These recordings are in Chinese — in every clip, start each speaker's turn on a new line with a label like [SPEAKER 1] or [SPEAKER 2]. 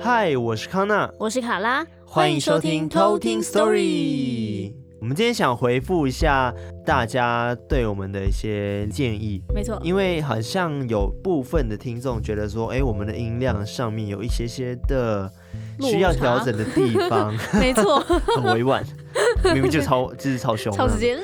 [SPEAKER 1] 嗨，我是康娜，
[SPEAKER 2] 我是卡拉，
[SPEAKER 1] 欢迎收听偷听 Story。我们今天想回复一下大家对我们的一些建议，
[SPEAKER 2] 没错，
[SPEAKER 1] 因为好像有部分的听众觉得说，哎，我们的音量上面有一些些的
[SPEAKER 2] 落
[SPEAKER 1] 需要
[SPEAKER 2] 差
[SPEAKER 1] 调整的地 方，
[SPEAKER 2] 没错，
[SPEAKER 1] 很委婉，明明就超就是超凶，啊
[SPEAKER 2] 超直接，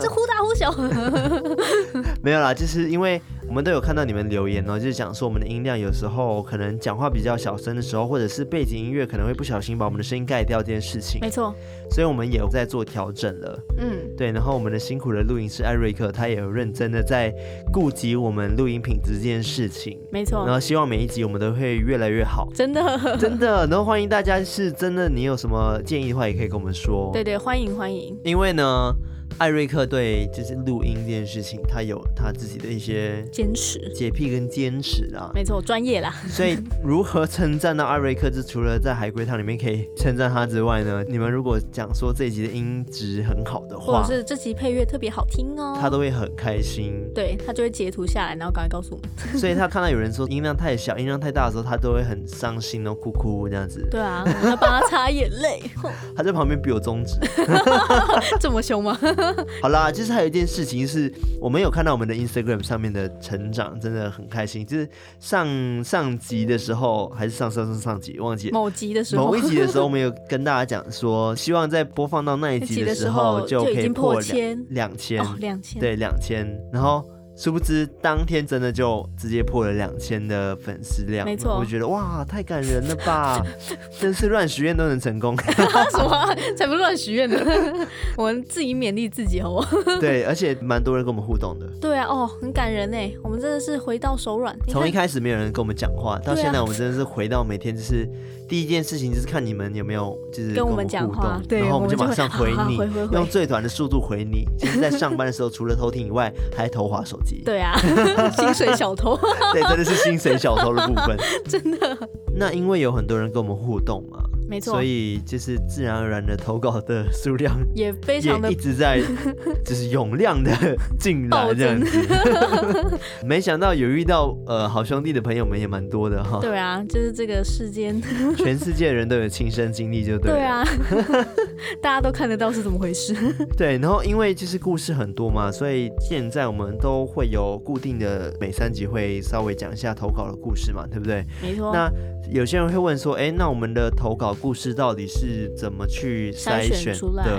[SPEAKER 2] 这忽大忽小。
[SPEAKER 1] 没有啦，就是因为我们都有看到你们留言哦，就是讲说我们的音量有时候可能讲话比较小声的时候，或者是背景音乐可能会不小心把我们的声音盖掉这件事情，
[SPEAKER 2] 没错，
[SPEAKER 1] 所以我们也在做调整了。
[SPEAKER 2] 嗯，
[SPEAKER 1] 对，然后我们的辛苦的录音师艾瑞克，他也有认真的在顾及我们录音品质这件事情，
[SPEAKER 2] 没
[SPEAKER 1] 然
[SPEAKER 2] 错，，
[SPEAKER 1] 后希望每一集我们都会越来越好
[SPEAKER 2] 真的，
[SPEAKER 1] 真的。然后欢迎大家是真的，你有什么建议的话也可以跟我们说。
[SPEAKER 2] 对对，欢迎欢迎，
[SPEAKER 1] 因为呢，艾瑞克对就是录音这件事情，他有他自己的一些
[SPEAKER 2] 坚持，
[SPEAKER 1] 洁癖跟坚持啊，
[SPEAKER 2] 没错，专业啦，
[SPEAKER 1] 所以如何称赞到艾瑞克，这除了在海龟汤里面可以称赞他之外呢，你们如果讲说这一集的音质很好的
[SPEAKER 2] 或
[SPEAKER 1] 话
[SPEAKER 2] 者，是这集配乐特别好听哦，
[SPEAKER 1] 他都会很开心。
[SPEAKER 2] 对他就会截图下来，然后赶快告诉我们。
[SPEAKER 1] 所以他看到有人说音量太小、音量太大的时候，他都会很伤心哦，哭哭这样子。
[SPEAKER 2] 对 啊，我要帮他擦眼泪，
[SPEAKER 1] 他在旁边比我中指。
[SPEAKER 2] 这么凶吗？
[SPEAKER 1] 好啦，就是还有一件事情是，我们有看到我们的 Instagram 上面的成长，真的很开心。就是上上集的时候，还是上上上上集忘记了。
[SPEAKER 2] 某集的时候
[SPEAKER 1] 某一，集的时候，我们 有跟大家讲说，希望在播放到那一集的时候
[SPEAKER 2] 那集的时候
[SPEAKER 1] 可
[SPEAKER 2] 就已
[SPEAKER 1] 以
[SPEAKER 2] 经破
[SPEAKER 1] 破
[SPEAKER 2] 千
[SPEAKER 1] 两千，
[SPEAKER 2] 哦，两
[SPEAKER 1] 啊
[SPEAKER 2] 千，
[SPEAKER 1] 对，两千。然后殊不知当天真的就直接破了两千的粉丝量，
[SPEAKER 2] 没错
[SPEAKER 1] 我觉得哇，太感人了 吧！真是乱许愿都能成功。
[SPEAKER 2] 什么啊才不乱许愿呢？ 我们自己勉励自己好不好？
[SPEAKER 1] 对，而且蛮多人跟我们互动的，
[SPEAKER 2] 对啊，哦，很感人哎，我们真的是回到手软。你
[SPEAKER 1] 从
[SPEAKER 2] 看
[SPEAKER 1] 一开始没有人跟我们讲话，到
[SPEAKER 2] 对啊
[SPEAKER 1] 现在我们真的是回到每天就是第一件事情就是看你们有没有就是
[SPEAKER 2] 跟我
[SPEAKER 1] 我
[SPEAKER 2] 们
[SPEAKER 1] 们
[SPEAKER 2] 讲
[SPEAKER 1] 互
[SPEAKER 2] 话
[SPEAKER 1] 动，
[SPEAKER 2] 对
[SPEAKER 1] 然后
[SPEAKER 2] 我
[SPEAKER 1] 们
[SPEAKER 2] 们
[SPEAKER 1] 就
[SPEAKER 2] 就
[SPEAKER 1] 马
[SPEAKER 2] 会
[SPEAKER 1] 上回
[SPEAKER 2] 啊
[SPEAKER 1] 你
[SPEAKER 2] 回回，回
[SPEAKER 1] 用最短的速度回你。其实，在上班的时候除了偷听以外，还投滑手机，
[SPEAKER 2] 对啊， 薪水小偷，
[SPEAKER 1] 对，真的是薪水小偷的部 分，真的。那因为有很多人跟我们互动嘛，
[SPEAKER 2] 没错
[SPEAKER 1] 所，以就是自然而然的投稿的数量
[SPEAKER 2] 也 非常的
[SPEAKER 1] 也一直 在就是涌量的进来
[SPEAKER 2] 暴
[SPEAKER 1] 这样
[SPEAKER 2] 增
[SPEAKER 1] 子。 没想到有遇到呃好兄弟的朋友们也蛮多的哈，
[SPEAKER 2] 对啊，就是这个世间，
[SPEAKER 1] 全世界人都有亲身经历就对了。
[SPEAKER 2] 对啊， 大家都看得到是怎么 回事，
[SPEAKER 1] 对，然后因为就是故事很多嘛，所以现在我们都会有固定的每三集会稍微讲一下投稿的故事嘛，对不对？
[SPEAKER 2] 没错，
[SPEAKER 1] 那有些人会问说，哎，那我们的投稿故事到底是怎么去筛选
[SPEAKER 2] 选出来
[SPEAKER 1] 的？，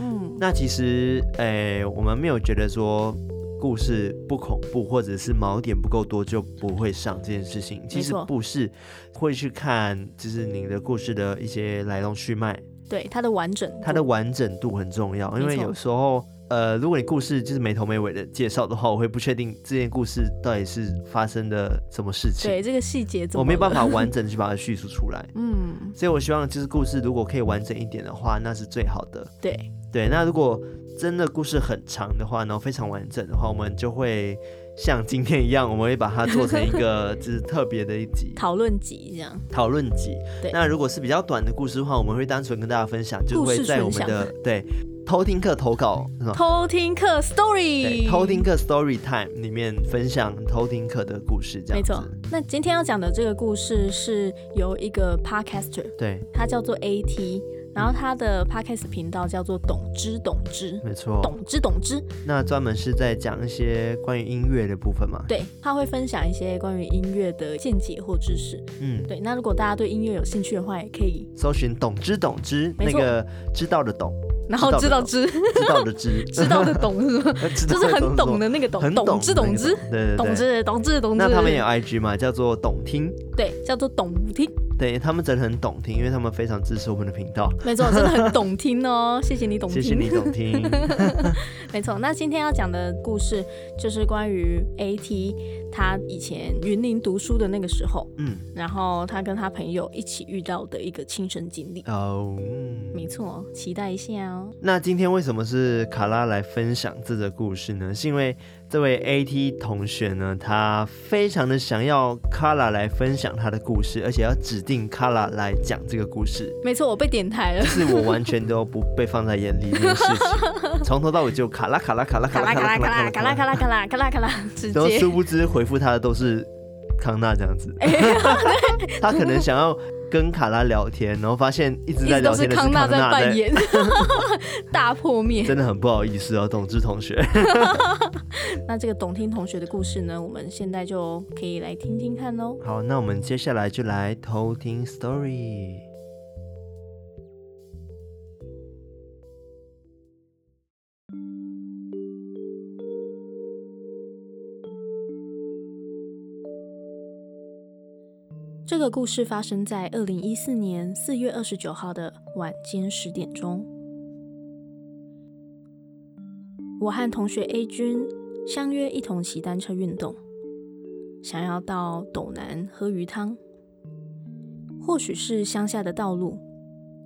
[SPEAKER 2] 嗯，
[SPEAKER 1] 那其实，哎，我们没有觉得说故事不恐怖，或者是锚点不够多就不会上这件事情。其实
[SPEAKER 2] 错
[SPEAKER 1] 不是，会去看就是你的故事的一些来龙去脉，
[SPEAKER 2] 对，它的完整，
[SPEAKER 1] 它的，完整度很重要，因
[SPEAKER 2] 没
[SPEAKER 1] 为
[SPEAKER 2] 错
[SPEAKER 1] 有时候。呃，如果你故事就是没头没尾的介绍的话，我会不确定这件故事到底是发生的什么事情，
[SPEAKER 2] 对这个细节怎么，
[SPEAKER 1] 我没有 办，法完整地去把它叙述出来。
[SPEAKER 2] 嗯，
[SPEAKER 1] 所以我希望就是故事如果可以完整一点的话，那是最好的。
[SPEAKER 2] 对，
[SPEAKER 1] 对，那如果真的故事很长的话，然后非常完整的话，我们就会像今天一样，我们会把它做成一 个就是特别的一集
[SPEAKER 2] 讨论集这样，
[SPEAKER 1] 讨论集
[SPEAKER 2] 对。
[SPEAKER 1] 那如果是比较短的故事的话，我们会单纯跟大家分享，就
[SPEAKER 2] 故事
[SPEAKER 1] 会在我们
[SPEAKER 2] 分享
[SPEAKER 1] 的对偷听课投稿是吗？
[SPEAKER 2] 偷听课
[SPEAKER 1] 对，
[SPEAKER 2] story，
[SPEAKER 1] 偷听。课 story time 里面分享偷听课的故事，这
[SPEAKER 2] 没
[SPEAKER 1] 样
[SPEAKER 2] 错
[SPEAKER 1] 子。，
[SPEAKER 2] 那今天要讲的这个故事是由一个 podcaster，
[SPEAKER 1] 对，
[SPEAKER 2] 他叫做 AT，然后他的 podcast 频道叫做懂之懂之
[SPEAKER 1] 没错。
[SPEAKER 2] 懂之懂之，
[SPEAKER 1] 那专门是在讲一些关于音乐的部分嘛？
[SPEAKER 2] 对，他会分享一些关于音乐的见解或知识。
[SPEAKER 1] 嗯，
[SPEAKER 2] 对，那如果大家对音乐有兴趣的话，也可以，
[SPEAKER 1] 搜寻“懂之懂之”，
[SPEAKER 2] 没
[SPEAKER 1] 那
[SPEAKER 2] 错
[SPEAKER 1] 个知道的懂，
[SPEAKER 2] 然后
[SPEAKER 1] 知
[SPEAKER 2] 知
[SPEAKER 1] 道
[SPEAKER 2] 道
[SPEAKER 1] 的
[SPEAKER 2] 知
[SPEAKER 1] 知道的 知，
[SPEAKER 2] 知道 的懂是吗？
[SPEAKER 1] 知道
[SPEAKER 2] 就是
[SPEAKER 1] 的
[SPEAKER 2] 很懂
[SPEAKER 1] 的
[SPEAKER 2] 的那个懂
[SPEAKER 1] 懂，很，
[SPEAKER 2] 懂
[SPEAKER 1] 懂
[SPEAKER 2] 之
[SPEAKER 1] 的
[SPEAKER 2] 懂
[SPEAKER 1] 那
[SPEAKER 2] 之
[SPEAKER 1] 个，对对
[SPEAKER 2] 懂
[SPEAKER 1] 对。
[SPEAKER 2] 之懂之懂之。
[SPEAKER 1] 那他们有 IG 嘛，叫做懂听，
[SPEAKER 2] 对，叫做懂听，
[SPEAKER 1] 对他们真的很懂听，因为他们非常支持我们的频道。
[SPEAKER 2] 没错，真的很懂 听哦，谢谢你懂
[SPEAKER 1] 谢
[SPEAKER 2] 听。
[SPEAKER 1] 谢你懂听，
[SPEAKER 2] 没错，那今天要讲的故事就是关于 AT 他以前云林读书的那个时候，
[SPEAKER 1] 嗯，
[SPEAKER 2] 然后他跟他朋友一起遇到的一个亲身经历。
[SPEAKER 1] 哦，嗯
[SPEAKER 2] 没错，期待一下哦。
[SPEAKER 1] 那今天为什么是卡拉来分享这则故事呢？是因为这位 AT 同学呢，他非常的想要卡拉来分享他的故事，而且要指定卡拉来讲这个故事。
[SPEAKER 2] 没错，我被点台了。
[SPEAKER 1] 是我完全都不被放在眼里这件事情，从头到尾就卡拉卡拉卡拉
[SPEAKER 2] 卡
[SPEAKER 1] 卡
[SPEAKER 2] 拉
[SPEAKER 1] 拉
[SPEAKER 2] 卡
[SPEAKER 1] 卡拉
[SPEAKER 2] 拉卡拉
[SPEAKER 1] 卡
[SPEAKER 2] 卡拉
[SPEAKER 1] 拉
[SPEAKER 2] 卡拉卡拉卡拉卡拉，直
[SPEAKER 1] 然后
[SPEAKER 2] 接哎
[SPEAKER 1] 殊不知回复他的都是康纳这样子， 他可能想要跟卡拉聊天，然后发现一直
[SPEAKER 2] 一
[SPEAKER 1] 在
[SPEAKER 2] 直
[SPEAKER 1] 聊
[SPEAKER 2] 都是
[SPEAKER 1] 天的是
[SPEAKER 2] 康纳在
[SPEAKER 1] 在
[SPEAKER 2] 扮，演，大破灭。
[SPEAKER 1] 真的很不好意思哦，董志同学。
[SPEAKER 2] 那这个董听同学的故事呢，我们现在就可以来听听看哦喽。
[SPEAKER 1] 好，那我们接下来就来偷听 story。
[SPEAKER 2] 这个故事发生在二零一四年四月二十九号的晚间十点钟。我和同学 A 君相约一同骑单车运动，想要到斗南喝鱼汤。或许是乡下的道路，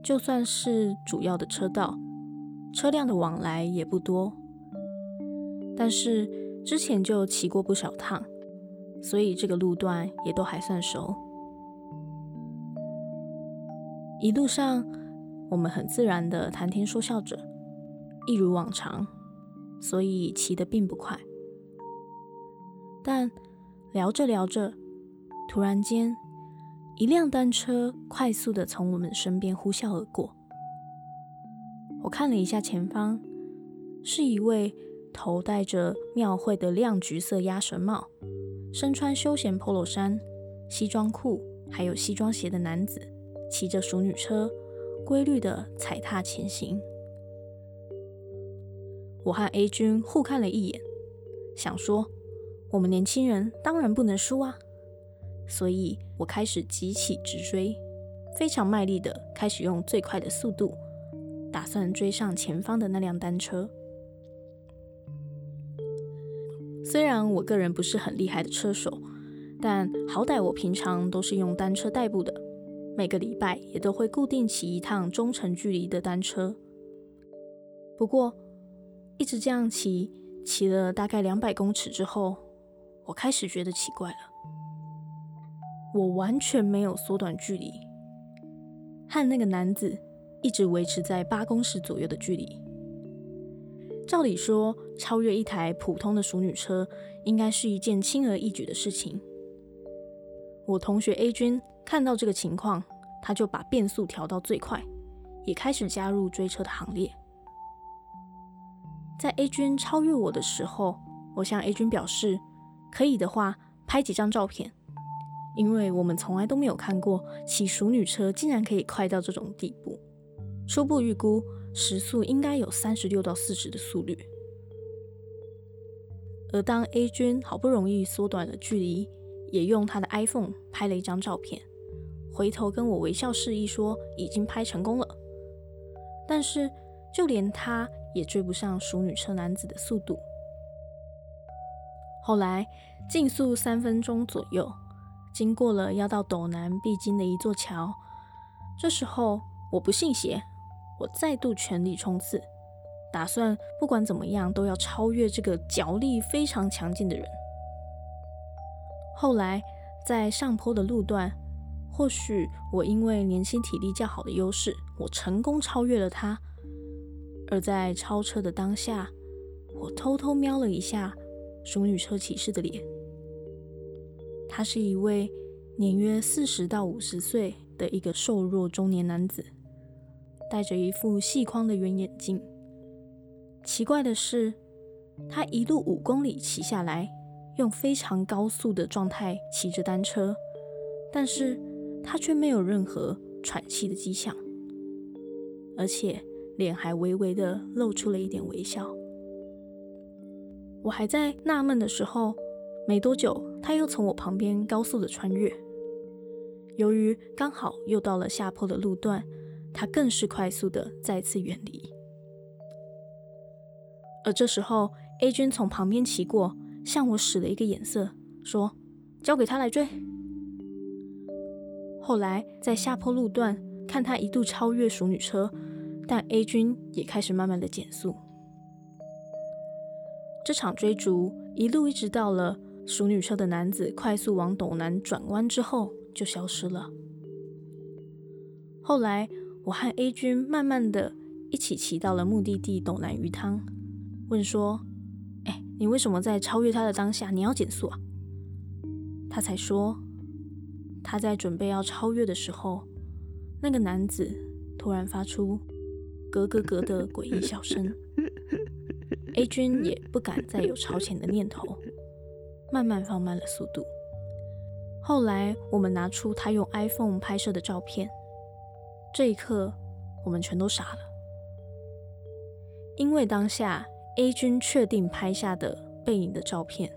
[SPEAKER 2] 就算是主要的车道，车辆的往来也不多。但是之前就骑过不少趟，所以这个路段也都还算熟。一路上，我们很自然的谈天说笑着，一如往常，所以骑得并不快。但聊着聊着，突然间，一辆单车快速的从我们身边呼啸而过。我看了一下前方，是一位头戴着庙会的亮橘色鸭舌帽，身穿休闲 polo 衫、西装裤还有西装鞋的男子，骑着熟女车，规律的踩踏前行。我和 A 君互看了一眼，想说我们年轻人当然不能输啊，所以我开始急起直追，非常卖力的开始用最快的速度，打算追上前方的那辆单车。虽然我个人不是很厉害的车手，但好歹我平常都是用单车代步的，每个礼拜也都会固定骑一趟中程距离的单车。不过，一直这样骑，骑了大概两百公尺之后，我开始觉得奇怪了。我完全没有缩短距离，和那个男子一直维持在八公尺左右的距离。照理说，超越一台普通的熟女车应该是一件轻而易举的事情。我同学 A 君看到这个情况，他就把变速调到最快，也开始加入追车的行列。在 A 君超越我的时候，我向 A 君表示，可以的话拍几张照片，因为我们从来都没有看过骑熟女车竟然可以快到这种地步。初步预估时速应该有三十六到四十的速率。而当 A 君好不容易缩短了距离，也用他的 iPhone 拍了一张照片，回头跟我微笑示意说已经拍成功了。但是就连他也追不上熟女车男子的速度。后来竞速三分钟左右，经过了要到斗南必经的一座桥，这时候我不信邪，我再度全力冲刺，打算不管怎么样都要超越这个脚力非常强劲的人。后来在上坡的路段，或许我因为年轻体力较好的优势，我成功超越了他。而在超车的当下，我偷偷瞄了一下熟女车骑士的脸。他是一位年约四十到五十岁的一个瘦弱中年男子，戴着一副细框的圆眼镜。奇怪的是，他一路五公里骑下来，用非常高速的状态骑着单车，但是他却没有任何喘气的迹象，而且脸还微微的露出了一点微笑。我还在纳闷的时候，没多久他又从我旁边高速的穿越。由于刚好又到了下坡的路段，他更是快速的再次远离。而这时候，A 君从旁边骑过，向我使了一个眼色，说：“交给他来追。”后来在下坡路段，看他一度超越熟女车，但 A 君也开始慢慢的减速。这场追逐一路一直到了熟女车的男子快速往斗南转弯之后就消失了。后来，我和 A 君慢慢的一起骑到了目的地斗南鱼汤，问说：“哎，你为什么在超越他的当下你要减速啊？”他才说，他在准备要超越的时候，那个男子突然发出“咯咯咯”的诡异笑声。A 君也不敢再有超前的念头，慢慢放慢了速度。后来，我们拿出他用 iPhone 拍摄的照片，这一刻，我们全都傻了，因为当下 A 君确定拍下的背影的照片，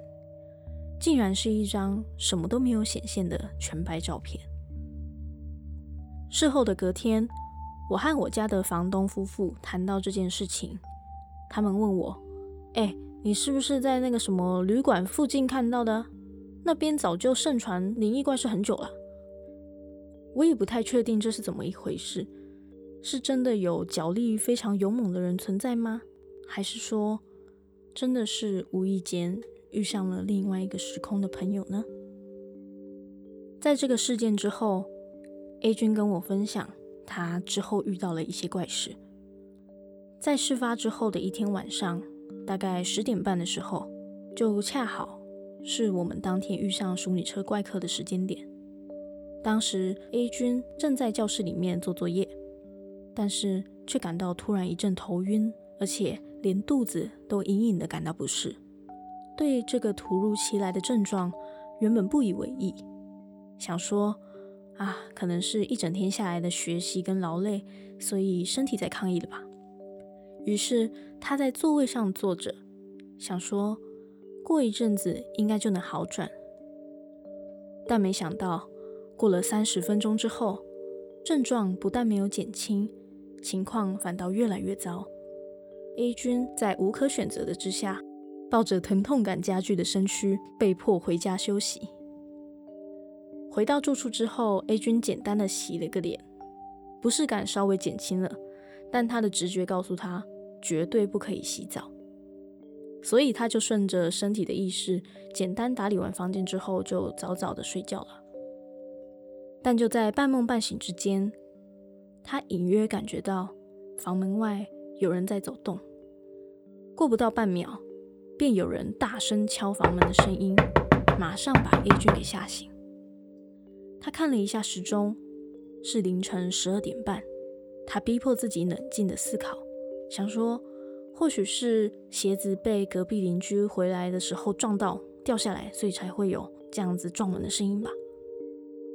[SPEAKER 2] 竟然是一张什么都没有显现的全白照片。事后的隔天，我和我家的房东夫妇谈到这件事情，他们问我：“哎、你是不是在那个什么旅馆附近看到的啊？那边早就盛传灵异怪事很久了。”我也不太确定这是怎么一回事，是真的有脚力非常勇猛的人存在吗？还是说真的是无意间遇上了另外一个时空的朋友呢？在这个事件之后，A 君跟我分享，他之后遇到了一些怪事。在事发之后的一天晚上，大概十点半的时候，就恰好是我们当天遇上淑女车怪客的时间点。当时 A 君正在教室里面做作业，但是却感到突然一阵头晕，而且连肚子都隐隐的感到不适。对这个突如其来的症状，原本不以为意，想说啊，可能是一整天下来的学习跟劳累，所以身体在抗议了吧。于是他在座位上坐着，想说过一阵子应该就能好转，但没想到过了三十分钟之后，症状不但没有减轻，情况反倒越来越糟。A 君在无可选择的之下，抱着疼痛感加剧的身躯，被迫回家休息。回到住处之后，A 君简单的洗了个脸，不适感稍微减轻了，但他的直觉告诉他绝对不可以洗澡，所以他就顺着身体的意识，简单打理完房间之后，就早早的睡觉了。但就在半梦半醒之间，他隐约感觉到房门外有人在走动。过不到半秒，便有人大声敲房门的声音，马上把 A 君给吓醒。他看了一下时钟，是凌晨十二点半。他逼迫自己冷静的思考，想说，或许是鞋子被隔壁邻居回来的时候撞到掉下来，所以才会有这样子撞门的声音吧。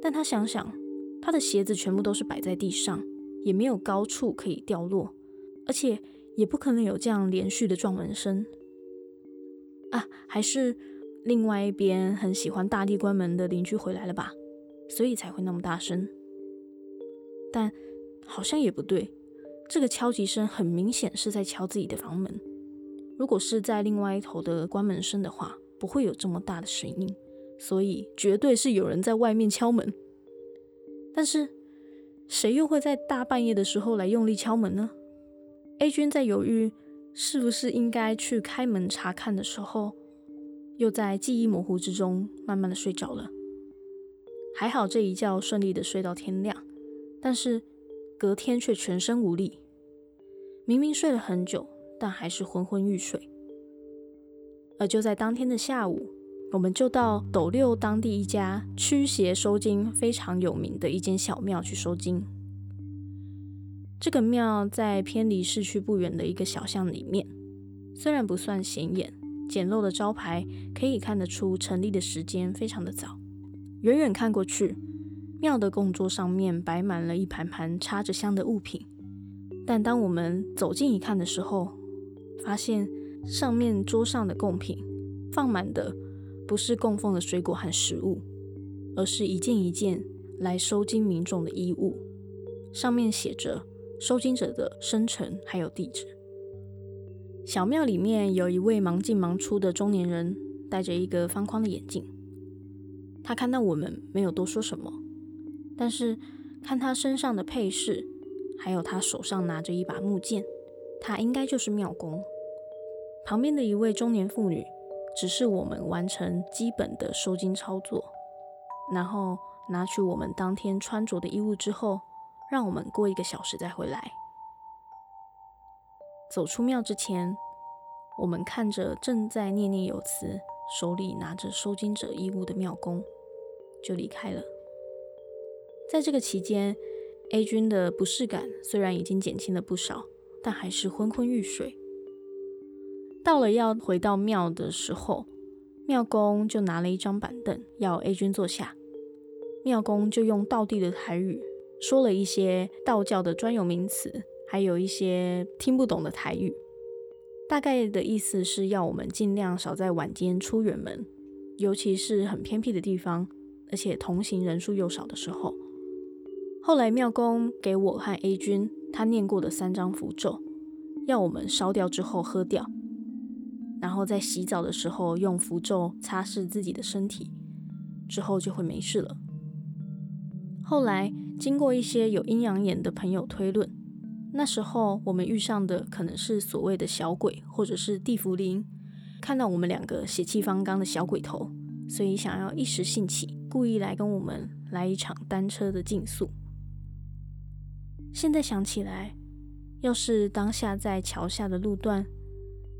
[SPEAKER 2] 但他想想，他的鞋子全部都是摆在地上，也没有高处可以掉落，而且也不可能有这样连续的撞门声。啊，还是另外一边很喜欢大力关门的邻居回来了吧，所以才会那么大声。但好像也不对，这个敲击声很明显是在敲自己的房门。如果是在另外一头的关门声的话，不会有这么大的声音，所以绝对是有人在外面敲门。但是，谁又会在大半夜的时候来用力敲门呢？A 君在犹豫是不是应该去开门查看的时候，又在记忆模糊之中慢慢的睡着了。还好这一觉顺利的睡到天亮，但是隔天却全身无力。明明睡了很久，但还是昏昏欲睡。而就在当天的下午，我们就到斗六当地一家驱邪收金非常有名的一间小庙去收金。这个庙在偏离市区不远的一个小巷里面，虽然不算显眼，简陋的招牌可以看得出成立的时间非常的早。远远看过去，庙的供桌上面摆满了一盘盘插着香的物品，但当我们走近一看的时候，发现上面桌上的贡品放满的不是供奉的水果和食物，而是一件一件来收金民众的衣物，上面写着收金者的生辰还有地址。小庙里面有一位忙进忙出的中年人，戴着一个方框的眼镜。他看到我们没有多说什么，但是看他身上的配饰，还有他手上拿着一把木剑，他应该就是庙公。旁边的一位中年妇女只是我们完成基本的收金操作，然后拿取我们当天穿着的衣物之后，让我们过一个小时再回来。走出庙之前，我们看着正在念念有词、手里拿着收金者衣物的庙公，就离开了。在这个期间，A 君的不适感虽然已经减轻了不少，但还是昏昏欲睡。到了要回到庙的时候，庙公就拿了一张板凳要 A 君坐下，庙公就用道地的台语说了一些道教的专有名词，还有一些听不懂的台语。大概的意思是要我们尽量少在晚间出远门，尤其是很偏僻的地方，而且同行人数又少的时候。后来庙公给我和 A 君他念过的三张符咒，要我们烧掉之后喝掉，然后在洗澡的时候用符咒擦拭自己的身体，之后就会没事了。后来经过一些有阴阳眼的朋友推论，那时候我们遇上的可能是所谓的小鬼，或者是地茯苓，看到我们两个血气方刚的小鬼头，所以想要一时兴起，故意来跟我们来一场单车的竞速。现在想起来，要是当下在桥下的路段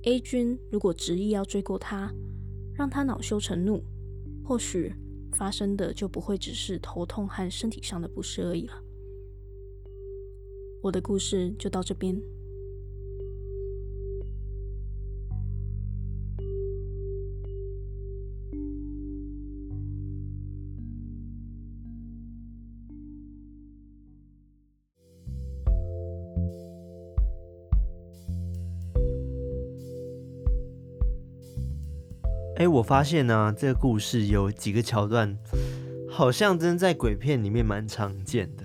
[SPEAKER 2] ，A 君如果执意要追过他，让他恼羞成怒，或许发生的就不会只是头痛和身体上的不适而已了。我的故事就到这边。
[SPEAKER 1] 哎，我发现呢、这个故事有几个桥段，好像真在鬼片里面蛮常见 的。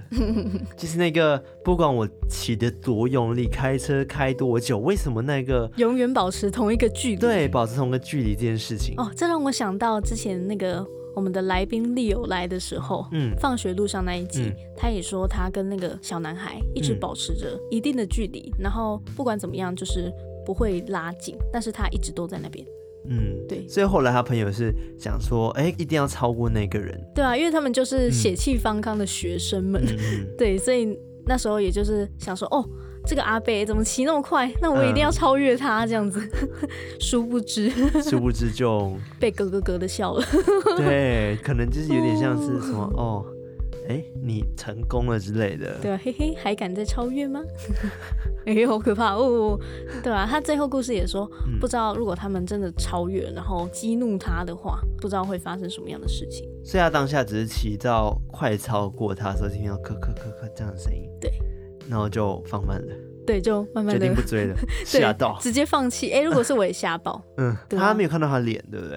[SPEAKER 1] 就是那个，不管我骑得多用力，开车开多久，为什么那个
[SPEAKER 2] 永远保持同一个距离。
[SPEAKER 1] 对保持同个距离这件事情，
[SPEAKER 2] 哦，这让我想到之前那个我们的来宾丽友来的时候，
[SPEAKER 1] 嗯，
[SPEAKER 2] 放学路上那一集，
[SPEAKER 1] 嗯
[SPEAKER 2] 他也说他跟那个小男孩一直
[SPEAKER 1] 嗯
[SPEAKER 2] 保持着一定的距离，然后不管怎么样，就是不会拉近，但是他一直都在那边。
[SPEAKER 1] 嗯，
[SPEAKER 2] 对
[SPEAKER 1] 所以后来他朋友是讲说，哎、一定要超过那个人。
[SPEAKER 2] 对啊，因为他们就是血气方刚的学生们，
[SPEAKER 1] 嗯嗯，
[SPEAKER 2] 对，所以那时候也就是想说，哦，这个阿贝怎么骑那么快？那我一
[SPEAKER 1] 嗯
[SPEAKER 2] 定要超越他这样子。 殊不知
[SPEAKER 1] 殊不知就
[SPEAKER 2] 被咯咯咯的笑了。
[SPEAKER 1] 对，可能就是有点像是什么哦，哎、你成功了之类的。
[SPEAKER 2] 对啊，嘿嘿，还敢再超越吗？ 哎呦，好可怕哦！对啊，他最后故事也说，
[SPEAKER 1] 嗯
[SPEAKER 2] 不知道如果他们真的超越，然后激怒他的话，不知道会发生什么样的事情。
[SPEAKER 1] 所以他当下只是骑到快超过他的时候，听到咳咳咳咳这样的声音，
[SPEAKER 2] 对，
[SPEAKER 1] 然后就放慢了，
[SPEAKER 2] 对，就慢慢
[SPEAKER 1] 决定
[SPEAKER 2] 的
[SPEAKER 1] 不追 了，
[SPEAKER 2] 对
[SPEAKER 1] 吓到。
[SPEAKER 2] 直接放弃。哎，如果是我也吓爆，
[SPEAKER 1] 嗯，
[SPEAKER 2] 对啊
[SPEAKER 1] 他没有看到他脸，对不对？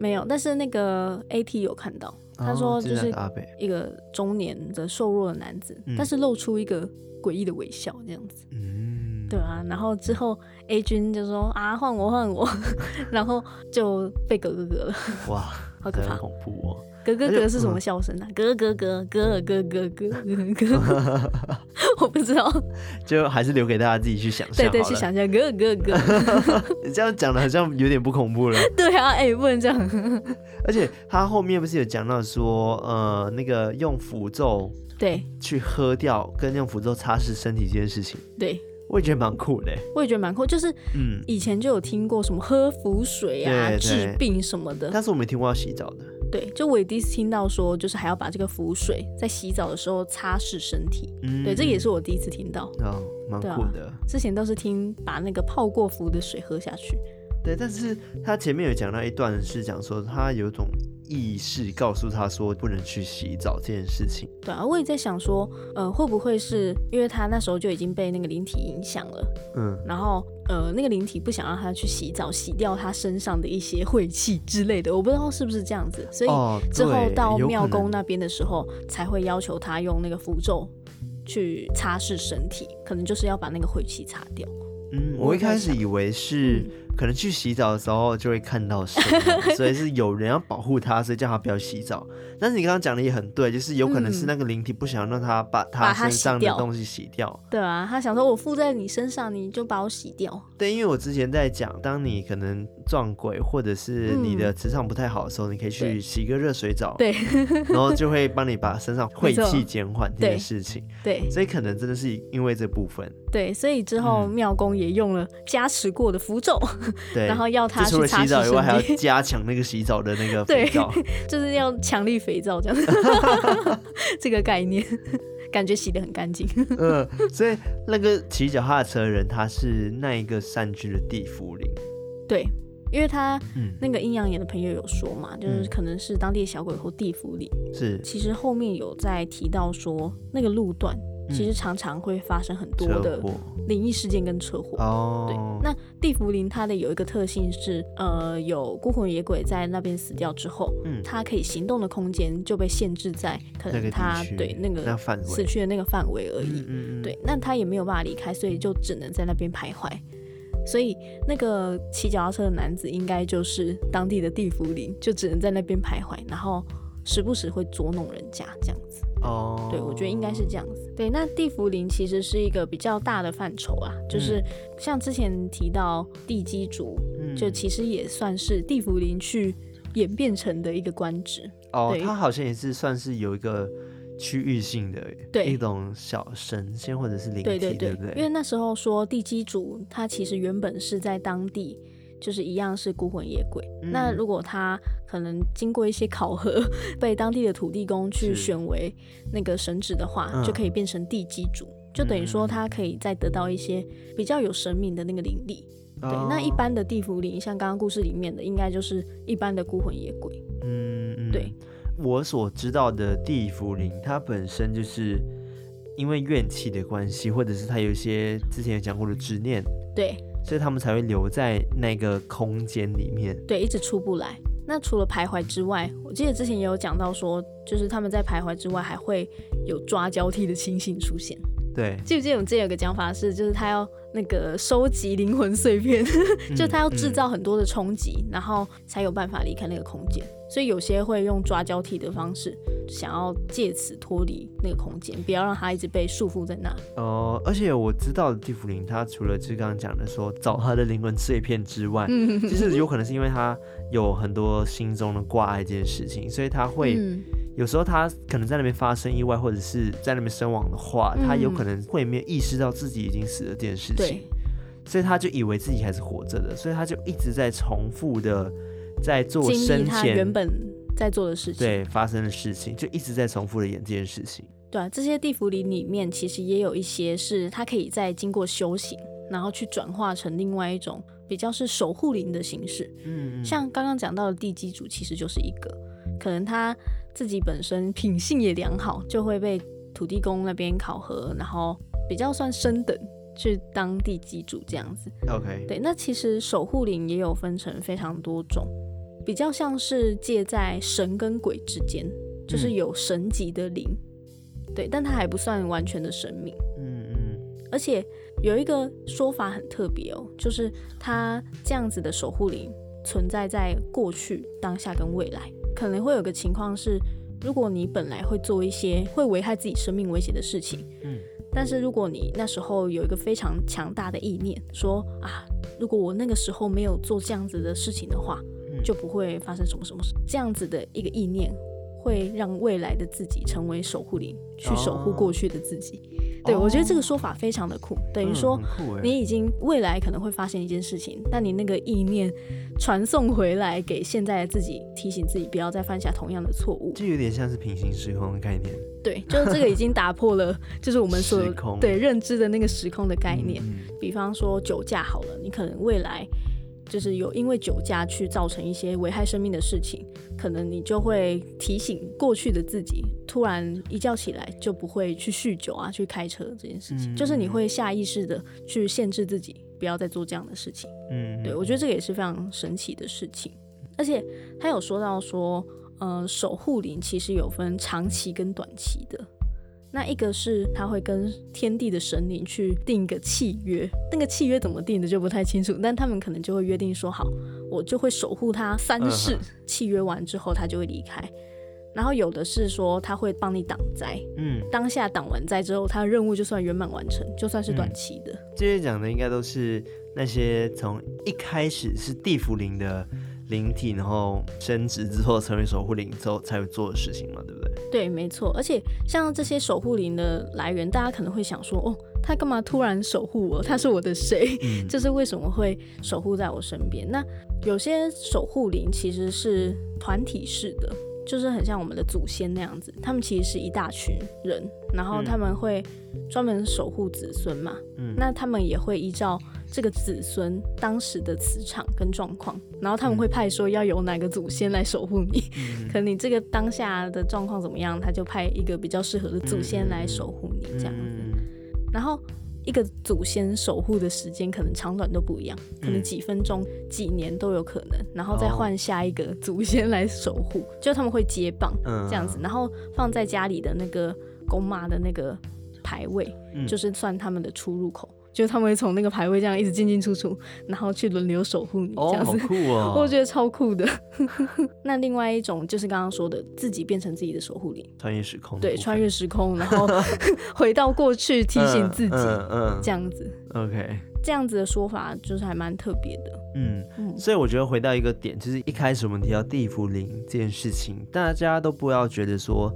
[SPEAKER 2] 没有，但是那个 AT 有看到，他
[SPEAKER 1] 哦
[SPEAKER 2] 说就
[SPEAKER 1] 那
[SPEAKER 2] 是
[SPEAKER 1] 个阿北，
[SPEAKER 2] 一个中年的瘦弱的男子，
[SPEAKER 1] 嗯
[SPEAKER 2] 但是露出一个诡异的微笑，这样子。
[SPEAKER 1] 嗯，
[SPEAKER 2] 对啊，然后之后 A 君就说啊，换我换我， 然后就被格格格了，
[SPEAKER 1] 哇，
[SPEAKER 2] 好可
[SPEAKER 1] 真的
[SPEAKER 2] 怕
[SPEAKER 1] 很。恐怖哦。
[SPEAKER 2] 咯咯咯是什么笑声
[SPEAKER 1] 哎
[SPEAKER 2] 啊？咯咯咯咯咯咯咯咯咯， 我不知道。
[SPEAKER 1] 就还是留给大家自己去想象
[SPEAKER 2] 对
[SPEAKER 1] 好了。
[SPEAKER 2] 对，去想一下咯咯咯。
[SPEAKER 1] 这样讲的好像有点不恐怖了。
[SPEAKER 2] 对啊，哎、不能这样。
[SPEAKER 1] 而且他后面不是有讲到说，呃，那个用符咒
[SPEAKER 2] 对
[SPEAKER 1] 去喝掉跟用符咒擦拭身体这件事情，
[SPEAKER 2] 对，
[SPEAKER 1] 我也觉得蛮酷的欸。
[SPEAKER 2] 我也觉得蛮酷。就是
[SPEAKER 1] 嗯，
[SPEAKER 2] 以前就有听过什么喝符水啊、
[SPEAKER 1] 对对
[SPEAKER 2] 治病什么的。
[SPEAKER 1] 但是我没听过要洗澡的。
[SPEAKER 2] 对，就我也第一次听到说，就是还要把这个符水在洗澡的时候擦拭身体。
[SPEAKER 1] 嗯，
[SPEAKER 2] 对，这也是我第一次听到。
[SPEAKER 1] 哦，蛮
[SPEAKER 2] 对啊
[SPEAKER 1] 酷的。
[SPEAKER 2] 之前都是听把那个泡过符的水喝下去。
[SPEAKER 1] 对，但是他前面有讲到一段是讲说，他有一种意识告诉他说不能去洗澡这件事情。
[SPEAKER 2] 对啊，我也在想说，呃，会不会是因为他那时候就已经被那个灵体影响了，
[SPEAKER 1] 嗯，
[SPEAKER 2] 然后呃，那个灵体不想让他去洗澡，洗掉他身上的一些晦气之类的，我不知道是不是这样子，所以
[SPEAKER 1] 哦，
[SPEAKER 2] 之后
[SPEAKER 1] 对
[SPEAKER 2] 到
[SPEAKER 1] 有可
[SPEAKER 2] 庙公
[SPEAKER 1] 能
[SPEAKER 2] 那边的时候，才会要求他用那个符咒去擦拭身体，可能就是要把那个晦气擦掉。
[SPEAKER 1] 嗯，
[SPEAKER 2] 我
[SPEAKER 1] 我一
[SPEAKER 2] 在
[SPEAKER 1] 开始
[SPEAKER 2] 想嗯
[SPEAKER 1] 以为是可能去洗澡的时候就会看到神 嘛，所以是有人要保护他，所以叫他不要洗澡。但是你刚刚讲的也很对，就是有可能是
[SPEAKER 2] 嗯
[SPEAKER 1] 那个灵体不想让他把
[SPEAKER 2] 把
[SPEAKER 1] 他
[SPEAKER 2] 它
[SPEAKER 1] 身
[SPEAKER 2] 洗
[SPEAKER 1] 上的
[SPEAKER 2] 掉
[SPEAKER 1] 东西洗掉。
[SPEAKER 2] 对
[SPEAKER 1] 嗯
[SPEAKER 2] 啊，他想说我附在你身上，你就把我洗掉。
[SPEAKER 1] 对，因为我之前在讲，当你可能撞鬼，或者是你的磁场不太好的时候，你可以去
[SPEAKER 2] 嗯对
[SPEAKER 1] 洗个热水澡，
[SPEAKER 2] 对
[SPEAKER 1] 然后就会帮你把身上晦
[SPEAKER 2] 没
[SPEAKER 1] 气
[SPEAKER 2] 错
[SPEAKER 1] 减缓这件
[SPEAKER 2] 对
[SPEAKER 1] 事情。
[SPEAKER 2] 对
[SPEAKER 1] 所以可能真的是因为这部分，
[SPEAKER 2] 对，所以之后
[SPEAKER 1] 嗯
[SPEAKER 2] 妙公也用了加持过的符咒，
[SPEAKER 1] 对，
[SPEAKER 2] 然后要他
[SPEAKER 1] 就除
[SPEAKER 2] 去
[SPEAKER 1] 了
[SPEAKER 2] 擦
[SPEAKER 1] 洗
[SPEAKER 2] 拭
[SPEAKER 1] 澡以外，还
[SPEAKER 2] 身
[SPEAKER 1] 要
[SPEAKER 2] 体，
[SPEAKER 1] 加强那个洗澡的那个肥
[SPEAKER 2] 对
[SPEAKER 1] 皂。
[SPEAKER 2] 就是要强力肥皂这 样，这个概念，感觉洗得很干净。
[SPEAKER 1] 嗯，所以那个骑脚踏车的人，他是那一个善居的地府灵。
[SPEAKER 2] 对，因为他
[SPEAKER 1] 嗯，
[SPEAKER 2] 那个阴阳眼的朋友有说嘛，就是
[SPEAKER 1] 嗯
[SPEAKER 2] 可能是当地的小鬼或地府里。
[SPEAKER 1] 是
[SPEAKER 2] 其实后面有在提到说，那个路段
[SPEAKER 1] 嗯
[SPEAKER 2] 其实常常会发生很多
[SPEAKER 1] 车
[SPEAKER 2] 的
[SPEAKER 1] 祸
[SPEAKER 2] 灵异事件跟车祸。对
[SPEAKER 1] 哦，。
[SPEAKER 2] 那地茯苓它的有一个特性是，呃，有孤魂野鬼在那边死掉之后，
[SPEAKER 1] 嗯
[SPEAKER 2] 它可以行动的空间就被限制在可
[SPEAKER 1] 那个
[SPEAKER 2] 能
[SPEAKER 1] 地
[SPEAKER 2] 它
[SPEAKER 1] 区
[SPEAKER 2] 对那
[SPEAKER 1] 那
[SPEAKER 2] 个
[SPEAKER 1] 范围
[SPEAKER 2] 死去的那个范围而已。
[SPEAKER 1] 嗯嗯嗯，
[SPEAKER 2] 对，那他也没有办法离开，所以就只能在那边徘徊。所以那个骑脚踏车的男子应该就是当地的地府灵，就只能在那边徘徊，然后时不时会捉弄人家这样子。
[SPEAKER 1] 哦，
[SPEAKER 2] 对，我觉得应该是这样子。对，那地府灵其实是一个比较大的范畴啊，就是像之前提到地基主，
[SPEAKER 1] 嗯
[SPEAKER 2] 就其实也算是地府灵去演变成的一个官职。
[SPEAKER 1] 哦，
[SPEAKER 2] 对
[SPEAKER 1] 它好像也是算是有一个区域性的
[SPEAKER 2] 对
[SPEAKER 1] 一种小神仙或者是灵
[SPEAKER 2] 对
[SPEAKER 1] 体，
[SPEAKER 2] 对对，
[SPEAKER 1] 不
[SPEAKER 2] 因为
[SPEAKER 1] 对？
[SPEAKER 2] 那时候说地基主他其实原本是在当地，就是一样是孤魂野鬼。
[SPEAKER 1] 嗯
[SPEAKER 2] 那如果他可能经过一些考核，被当地的土地公去
[SPEAKER 1] 是
[SPEAKER 2] 选为那个神职的话，
[SPEAKER 1] 嗯
[SPEAKER 2] 就可以变成地基主。就等于
[SPEAKER 1] 嗯嗯
[SPEAKER 2] 说，
[SPEAKER 1] 嗯
[SPEAKER 2] 他可以再得到一些比较有神明的那个灵力。对，
[SPEAKER 1] 哦
[SPEAKER 2] 那一般的地府灵，像刚刚故事里面的，应该就是一般的孤魂野鬼。
[SPEAKER 1] 嗯嗯，
[SPEAKER 2] 对。
[SPEAKER 1] 我所知道的地府灵，它本身就是因为怨气的关系，或者是它有一些之前有讲过的执念，
[SPEAKER 2] 对，
[SPEAKER 1] 所以他们才会留在那个空间里面。
[SPEAKER 2] 对，一直出不来。那除了徘徊之外，我记得之前也有讲到说，就是他们在徘徊之外还会有抓交替的情形出现。
[SPEAKER 1] 对，
[SPEAKER 2] 记不记得我们之前有个讲法是，就是他要那个收集灵魂碎片，
[SPEAKER 1] 嗯
[SPEAKER 2] 就他要制造很多的冲击，然后才有办法离开那个空间。所以有些会用抓交替的方式，想要借此脱离那个空间，不要让他一直被束缚在那。
[SPEAKER 1] 哦、而且我知道的地府灵，它除了就是刚刚讲的说找他的灵魂碎片之外，
[SPEAKER 2] 嗯
[SPEAKER 1] 其实有可能是因为他有很多心中的挂碍这件事情，所以他 会、
[SPEAKER 2] 嗯，
[SPEAKER 1] 有时候他可能在那边发生意外，或者是在那边身亡的话，他有
[SPEAKER 2] 嗯
[SPEAKER 1] 可能会没有意识到自己已经死了这件事情
[SPEAKER 2] 对，，
[SPEAKER 1] 所以他就以为自己还是活着的，所以他就一直在重复的在做
[SPEAKER 2] 经历
[SPEAKER 1] 生
[SPEAKER 2] 他
[SPEAKER 1] 前
[SPEAKER 2] 原本在做的事情。
[SPEAKER 1] 对发生的事情，就一直在重复的演这件事情。
[SPEAKER 2] 对啊，这些地府灵里面其实也有一些是它可以再经过修行，然后去转化成另外一种比较是守护灵的形式。
[SPEAKER 1] 嗯，嗯
[SPEAKER 2] 像刚刚讲到的地基主，其实就是一个，可能他自己本身品性也良好，就会被土地公那边考核，然后比较算升等去当地基主这样子。
[SPEAKER 1] OK，
[SPEAKER 2] 对，那其实守护灵也有分成非常多种，比较像是介在神跟鬼之间，就是
[SPEAKER 1] 嗯
[SPEAKER 2] 有神级的灵，对，但它还不算完全的神明。
[SPEAKER 1] 嗯嗯，
[SPEAKER 2] 而且有一个说法很特别哦，就是它这样子的守护灵存在在过去、当下跟未来，可能会有个情况是，如果你本来会做一些会危害自己生命危险的事情，
[SPEAKER 1] 嗯，
[SPEAKER 2] 但是如果你那时候有一个非常强大的意念，说啊，如果我那个时候没有做这样子的事情的话，
[SPEAKER 1] 嗯
[SPEAKER 2] 就不会发生什么什么事，这样子的一个意念。会让未来的自己成为守护灵，去守护
[SPEAKER 1] 哦
[SPEAKER 2] 过去的自己。对，我觉得这个说法非常的酷，等于说
[SPEAKER 1] 嗯很酷欸
[SPEAKER 2] 你已经未来可能会发现一件事情，但你那个意念传送回来给现在的自己，提醒自己不要再犯下同样的错误。
[SPEAKER 1] 就有点像是平行时空的概念。
[SPEAKER 2] 对，就是这个已经打 破了，就是我们所
[SPEAKER 1] 时空
[SPEAKER 2] 对认知的那个时空的概念。
[SPEAKER 1] 嗯
[SPEAKER 2] 比方说酒驾好了，你可能未来就是有因为酒驾去造成一些危害生命的事情，可能你就会提醒过去的自己，突然一觉起来就不会去酗酒啊，去开车这件事情，
[SPEAKER 1] 嗯
[SPEAKER 2] 就是你会下意识的去限制自己，不要再做这样的事情。
[SPEAKER 1] 嗯，
[SPEAKER 2] 对
[SPEAKER 1] 嗯
[SPEAKER 2] 我觉得这个也是非常神奇的事情，而且他有说到说，呃，守护灵其实有分长期跟短期的。那一个是他会跟天地的神灵去定一个契约，那个契约怎么定的就不太清楚，但他们可能就会约定说好，我就会守护他三世，
[SPEAKER 1] 嗯
[SPEAKER 2] 契约完之后他就会离开。然后有的是说他会帮你挡灾，
[SPEAKER 1] 嗯，
[SPEAKER 2] 当下挡完灾之后，他的任务就算圆满完成，就算是短
[SPEAKER 1] 嗯
[SPEAKER 2] 期的。
[SPEAKER 1] 这些讲的应该都是那些从一开始是地茯苓的灵体，然后升值之后成为守护灵之后才会做的事情嘛，对不对？
[SPEAKER 2] 对，没错。而且像这些守护灵的来源，大家可能会想说，哦，他干嘛突然守护我？他是我的谁？
[SPEAKER 1] 嗯
[SPEAKER 2] 就是为什么会守护在我身边？那有些守护灵其实是团体式的，就是很像我们的祖先那样子，他们其实是一大群人，然后
[SPEAKER 1] 嗯
[SPEAKER 2] 他们会专门守护子孙嘛。
[SPEAKER 1] 嗯
[SPEAKER 2] 那他们也会依照这个子孙当时的磁场跟状况，然后他
[SPEAKER 1] 嗯
[SPEAKER 2] 们会派说要由哪个祖先来守护你，可能你这个当下的状况怎么样，他就派一个比较适合的祖先来守护你这样子。
[SPEAKER 1] 嗯
[SPEAKER 2] 然后一个祖先守护的时间可能长短都不一样，可能
[SPEAKER 1] 嗯
[SPEAKER 2] 几分钟、几年都有可能，然后再
[SPEAKER 1] 哦
[SPEAKER 2] 换下一个祖先来守护，就他们会接棒
[SPEAKER 1] 嗯
[SPEAKER 2] 这样子，然后放在家里的那个公妈的那个牌位，
[SPEAKER 1] 嗯
[SPEAKER 2] 就是算他们的出入口。就是他们会从那个牌位这样一直进进出出，然后去轮流守护你这
[SPEAKER 1] 哦，
[SPEAKER 2] 样
[SPEAKER 1] 好
[SPEAKER 2] 子。
[SPEAKER 1] 酷
[SPEAKER 2] 我
[SPEAKER 1] 哦！
[SPEAKER 2] 觉得超酷的。那另外一种就是刚刚说的，自己变成自己的守护灵，
[SPEAKER 1] 穿越时空的部分，
[SPEAKER 2] 对，穿越时空，然后 回到过去提醒自己，
[SPEAKER 1] 嗯嗯
[SPEAKER 2] 这样子，
[SPEAKER 1] 嗯，OK，
[SPEAKER 2] 这样子的说法就是还蛮特别的。
[SPEAKER 1] 嗯。
[SPEAKER 2] 嗯，
[SPEAKER 1] 所以我觉得回到一个点，就是一开始我们提到地茯苓这件事情，大家都不要觉得说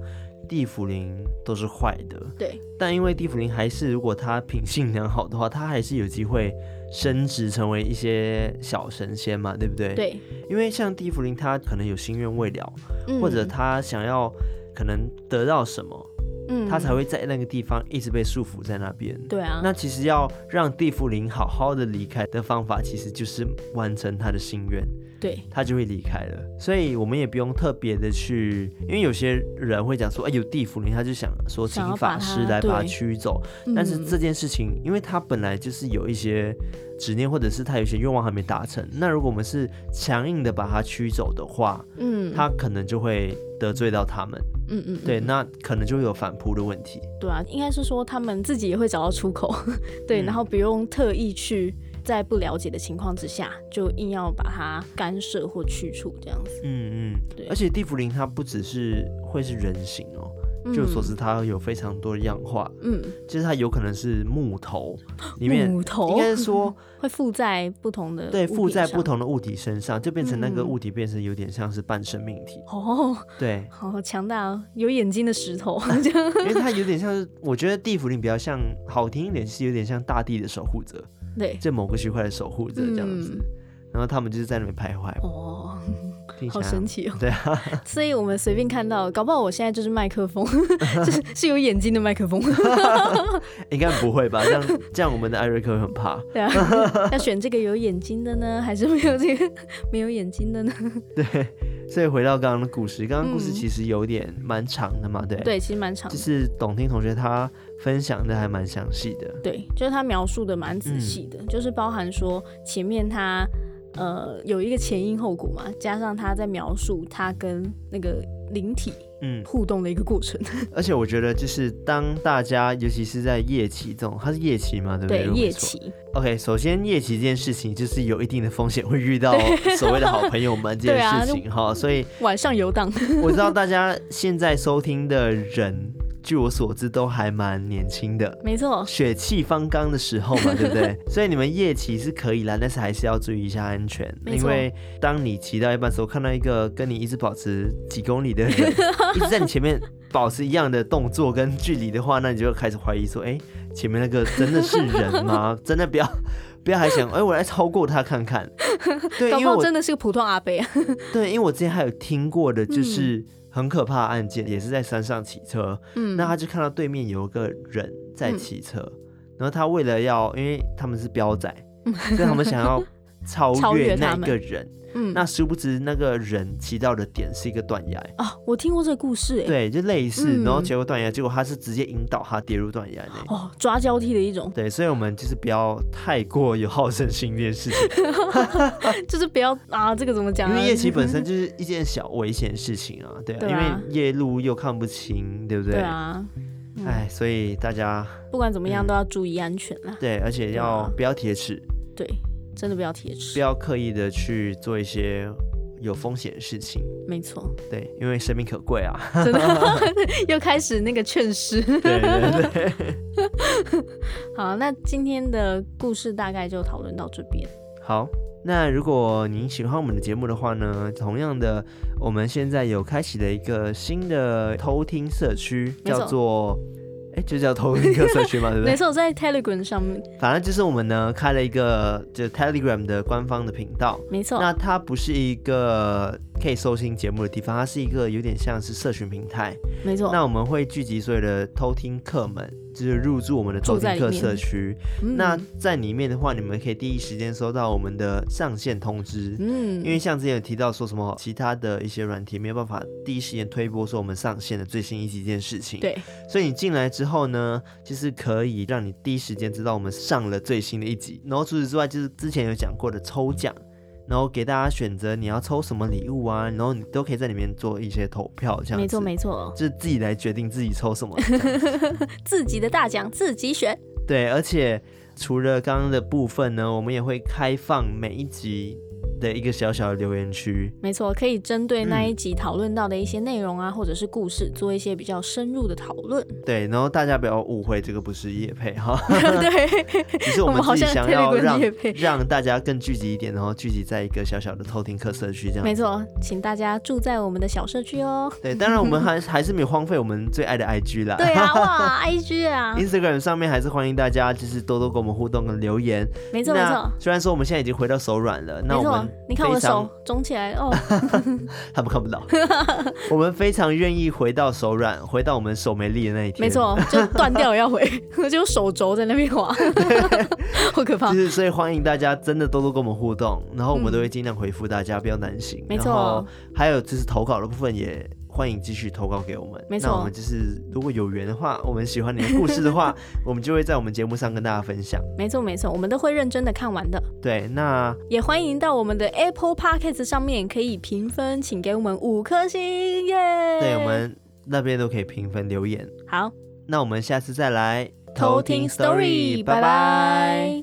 [SPEAKER 1] 地茯苓都是坏的，
[SPEAKER 2] 对，
[SPEAKER 1] 但因为地茯苓还是如果它品性良好的话，它还是有机会升值成为一些小神仙嘛，对不对？。
[SPEAKER 2] 对，
[SPEAKER 1] 因为像地茯苓，它可能有心愿未了，
[SPEAKER 2] 嗯
[SPEAKER 1] 或者他想要可能得到什么，
[SPEAKER 2] 嗯
[SPEAKER 1] 他才会在那个地方一直被束缚在那边。
[SPEAKER 2] 对啊，
[SPEAKER 1] 那其实要让地茯苓好好的离开的方法，其实就是完成他的心愿。
[SPEAKER 2] 对，
[SPEAKER 1] 他就会离开了。所以我们也不用特别的去，因为有些人会讲说，哎，有地府灵，他就想说
[SPEAKER 2] 想
[SPEAKER 1] 请
[SPEAKER 2] 要
[SPEAKER 1] 法
[SPEAKER 2] 把它
[SPEAKER 1] 师来把它
[SPEAKER 2] 对
[SPEAKER 1] 驱走。但是
[SPEAKER 2] 嗯
[SPEAKER 1] 这件事情，因为他本来就是有一些执念，或者是他有一些愿望还没达成，那如果我们是强硬的把他驱走的话，
[SPEAKER 2] 嗯，
[SPEAKER 1] 他可能就会得罪到他们。
[SPEAKER 2] 嗯嗯，
[SPEAKER 1] 对，
[SPEAKER 2] 嗯
[SPEAKER 1] 那可能就会有反扑的问题。
[SPEAKER 2] 对啊，应该是说他们自己也会找到出口， 对，
[SPEAKER 1] 嗯
[SPEAKER 2] 然后不用特意去。在不了解的情况之下，就硬要把它干涉或去除，这样子。
[SPEAKER 1] 嗯嗯
[SPEAKER 2] 对，
[SPEAKER 1] 而且地府灵它不只是会是人形哦，据我所知，它有非常多的样化，
[SPEAKER 2] 嗯，
[SPEAKER 1] 就是它有可能是木头里面。
[SPEAKER 2] 嗯，骨头
[SPEAKER 1] 应该是说，
[SPEAKER 2] 会附在不同的
[SPEAKER 1] 对，
[SPEAKER 2] 物
[SPEAKER 1] 附
[SPEAKER 2] 品
[SPEAKER 1] 在
[SPEAKER 2] 上
[SPEAKER 1] 不同的物体身上，就变成那个
[SPEAKER 2] 嗯
[SPEAKER 1] 物体变成有点像是半生命体。
[SPEAKER 2] 哦，，
[SPEAKER 1] 对
[SPEAKER 2] 好强大哦，有眼睛的石 头，这样
[SPEAKER 1] 因为它有点像是，我觉得地府灵比较像，好听一点是有点像大地的守护者，
[SPEAKER 2] 对，
[SPEAKER 1] 这某个区块的守护者这样子。
[SPEAKER 2] 嗯
[SPEAKER 1] 然后他们就是在那边徘徊，
[SPEAKER 2] 哦，
[SPEAKER 1] 听起
[SPEAKER 2] 好
[SPEAKER 1] 来
[SPEAKER 2] 神奇哦。
[SPEAKER 1] 对啊，
[SPEAKER 2] 所以我们随便看到，搞不好我现在就是麦克风， 就是是有眼睛的麦克风，
[SPEAKER 1] 应该不会吧？这样这样我们的艾瑞克会很怕。
[SPEAKER 2] 对啊，要选这个有眼睛的呢，还是没有这个 没有眼睛的呢？
[SPEAKER 1] 对， 所以回到刚刚的故事，刚刚故事
[SPEAKER 2] 嗯
[SPEAKER 1] 其实有点蛮长的嘛，对。。
[SPEAKER 2] 对，其实蛮长
[SPEAKER 1] 就
[SPEAKER 2] 的，
[SPEAKER 1] 是董听同学他分享的还蛮详细的，
[SPEAKER 2] 对，就是他描述的蛮仔细
[SPEAKER 1] 嗯
[SPEAKER 2] 的，就是包含说前面他呃有一个前因后果嘛，加上他在描述他跟那个灵体
[SPEAKER 1] 嗯，
[SPEAKER 2] 互动的一个过程。
[SPEAKER 1] 而且我觉得，就是当大家，尤其是在夜骑这种，它是夜骑嘛，对不对？
[SPEAKER 2] 对
[SPEAKER 1] 如果没
[SPEAKER 2] 夜
[SPEAKER 1] 错。
[SPEAKER 2] 骑，
[SPEAKER 1] OK，首先夜骑这件事情，就是有一定的风险，会遇到所谓的好朋友 们这
[SPEAKER 2] 对啊
[SPEAKER 1] 件事情哈、所以
[SPEAKER 2] 晚上游荡，
[SPEAKER 1] 我知道大家现在收听的人，据我所知都还蛮年轻的。
[SPEAKER 2] 没错，
[SPEAKER 1] 血气方刚的时候嘛，对不 对？所以你们夜骑是可以啦，但是还是要注意一下安全，
[SPEAKER 2] 没
[SPEAKER 1] 因
[SPEAKER 2] 错
[SPEAKER 1] 为当你骑到一半的时候，看到一个跟你一直保持几公里的人， 一直在你前面保持一样的动作跟距离的话，那你就开始怀疑说，哎，前面那个真的是人吗？ 真的不要。不要还想，哎、我来超过他看 看。对，
[SPEAKER 2] 搞
[SPEAKER 1] 因为
[SPEAKER 2] 不好
[SPEAKER 1] 我
[SPEAKER 2] 真的是个普通阿伯啊。
[SPEAKER 1] 对，因为我之前还有听过的，就是很可怕的案件，也是在山上骑车，
[SPEAKER 2] 嗯，
[SPEAKER 1] 那他就看到对面有个人在骑车，然后他为了要，因为他们是彪仔，所以他们想要超
[SPEAKER 2] 嗯 超
[SPEAKER 1] 越
[SPEAKER 2] 越
[SPEAKER 1] 那
[SPEAKER 2] 他
[SPEAKER 1] 一
[SPEAKER 2] 们
[SPEAKER 1] 个人。
[SPEAKER 2] 嗯
[SPEAKER 1] 那殊不知那个人骑到的点是一个断崖，
[SPEAKER 2] 啊，我听过这个故事、欸，
[SPEAKER 1] 对，就类似，然后
[SPEAKER 2] 嗯
[SPEAKER 1] 结果断崖，结果他是直接引导他跌入断崖内。
[SPEAKER 2] 哦，抓交替的一种，
[SPEAKER 1] 对，所以我们就是不要太过有好胜心这件事 情，
[SPEAKER 2] 就是不要啊，这个怎么讲、
[SPEAKER 1] 因
[SPEAKER 2] 啊？
[SPEAKER 1] 为夜骑 本身就是一件小危险的事情啊，对啊，
[SPEAKER 2] 对啊
[SPEAKER 1] 因为夜路又看不清，对不对？
[SPEAKER 2] 对啊，嗯
[SPEAKER 1] 哎，所以大家
[SPEAKER 2] 不管怎么样
[SPEAKER 1] 嗯
[SPEAKER 2] 都要注意安全啦。
[SPEAKER 1] 对，而且
[SPEAKER 2] 对啊
[SPEAKER 1] 要不要铁齿，
[SPEAKER 2] 对，真的不要铁齿
[SPEAKER 1] 不。要刻意的去做一些有风险的事情。
[SPEAKER 2] 没错，
[SPEAKER 1] 对，因为生命可 贵啊。
[SPEAKER 2] 真的 又开始那个劝世。
[SPEAKER 1] 对对对，
[SPEAKER 2] 好，那今天的故事大概就讨论到这边。
[SPEAKER 1] 好。那如果您喜欢我们的节目的话呢，同样的，我们现在有开启了一个新的偷听社区，
[SPEAKER 2] 没错
[SPEAKER 1] 叫做。哎，就叫偷听客社区 嘛，对不
[SPEAKER 2] 没
[SPEAKER 1] 对？
[SPEAKER 2] 错，在 Telegram 上面，
[SPEAKER 1] 反正就是我们呢开了一个就 Telegram 的官方的频道，
[SPEAKER 2] 没错，
[SPEAKER 1] 那它不是一个可以收听节目的地方，它是一个有点像是社群平台。
[SPEAKER 2] 没错。
[SPEAKER 1] 那我们会聚集所有的偷听客们，就是入驻我们的偷
[SPEAKER 2] 住在
[SPEAKER 1] 听客
[SPEAKER 2] 里面
[SPEAKER 1] 社区。
[SPEAKER 2] 嗯
[SPEAKER 1] 那在里面的话，你们可以第一时间收到我们的上线通知。
[SPEAKER 2] 嗯，
[SPEAKER 1] 因为像之前有提到说什么其他的一些软体没有办法第一时间推播说我们上线的最新一集这件事情，，
[SPEAKER 2] 对，
[SPEAKER 1] 所以你进来之后呢，就是可以让你第一时间知道我们上了最新的一集。然后除此之外，就是之前有讲过的抽奖，然后给大家选择你要抽什么礼物啊，然后你都可以在里面做一些投票，这样子
[SPEAKER 2] 没错没错，
[SPEAKER 1] 就是自己来决定自己抽什么。这 样子
[SPEAKER 2] 自己的大奖自己选。
[SPEAKER 1] 对，而且除了刚刚的部分呢，我们也会开放每一集的一个小小的留言区。
[SPEAKER 2] 没错，可以针对那一集
[SPEAKER 1] 嗯
[SPEAKER 2] 讨论到的一些内容啊，或者是故事，做一些比较深入的讨 论。
[SPEAKER 1] 对，然后大家不要误会，这个不是叶配 哈，
[SPEAKER 2] 对，
[SPEAKER 1] 只是我
[SPEAKER 2] 我们
[SPEAKER 1] 们
[SPEAKER 2] 好
[SPEAKER 1] 自己
[SPEAKER 2] 像
[SPEAKER 1] 想要
[SPEAKER 2] Telegram
[SPEAKER 1] 让
[SPEAKER 2] 业配
[SPEAKER 1] 让大家更聚集一点，然后聚集在一个小小的偷听客社区这样。
[SPEAKER 2] 没错，请大家住在我们的小社区 哦。
[SPEAKER 1] 对，当然我们还还是没有荒废我们最爱的 IG 啦。
[SPEAKER 2] 对啊，哇，IG 啊，
[SPEAKER 1] Instagram 上面还是欢迎大家，就是多多跟我们互动跟留言。
[SPEAKER 2] 没错没
[SPEAKER 1] 那
[SPEAKER 2] 错。
[SPEAKER 1] 虽然说我们现在已经回到手软了，那
[SPEAKER 2] 没
[SPEAKER 1] 我
[SPEAKER 2] 错
[SPEAKER 1] 们，
[SPEAKER 2] 你看我的
[SPEAKER 1] 非常
[SPEAKER 2] 手肿起来了 哦，
[SPEAKER 1] 他们看 不到，我们非常愿意回到手软，回到我们手没力的那一天。
[SPEAKER 2] 没，错，就断掉了要回， 就手肘在那边 滑，好可怕
[SPEAKER 1] 就。是所以欢迎大家真的多多跟我们互动，然后我们都会尽量回复大家，不要担心。
[SPEAKER 2] 嗯没错
[SPEAKER 1] 然后还有就是投稿的部分也。欢迎继续投稿给我们。
[SPEAKER 2] 没错
[SPEAKER 1] 那我们就是如果有缘的话，我们喜欢你的故事的 话，我们就会在我们节目上跟大家分享。
[SPEAKER 2] 没错没错，我们都会认真的看完的。
[SPEAKER 1] 对，那
[SPEAKER 2] 也欢迎到我们的 Apple Podcast 上面可以评分，请给我们五颗星耶！
[SPEAKER 1] 对我们那边都可以评分留言。
[SPEAKER 2] 好
[SPEAKER 1] 那我们下次再来
[SPEAKER 2] 偷听 Story，拜拜。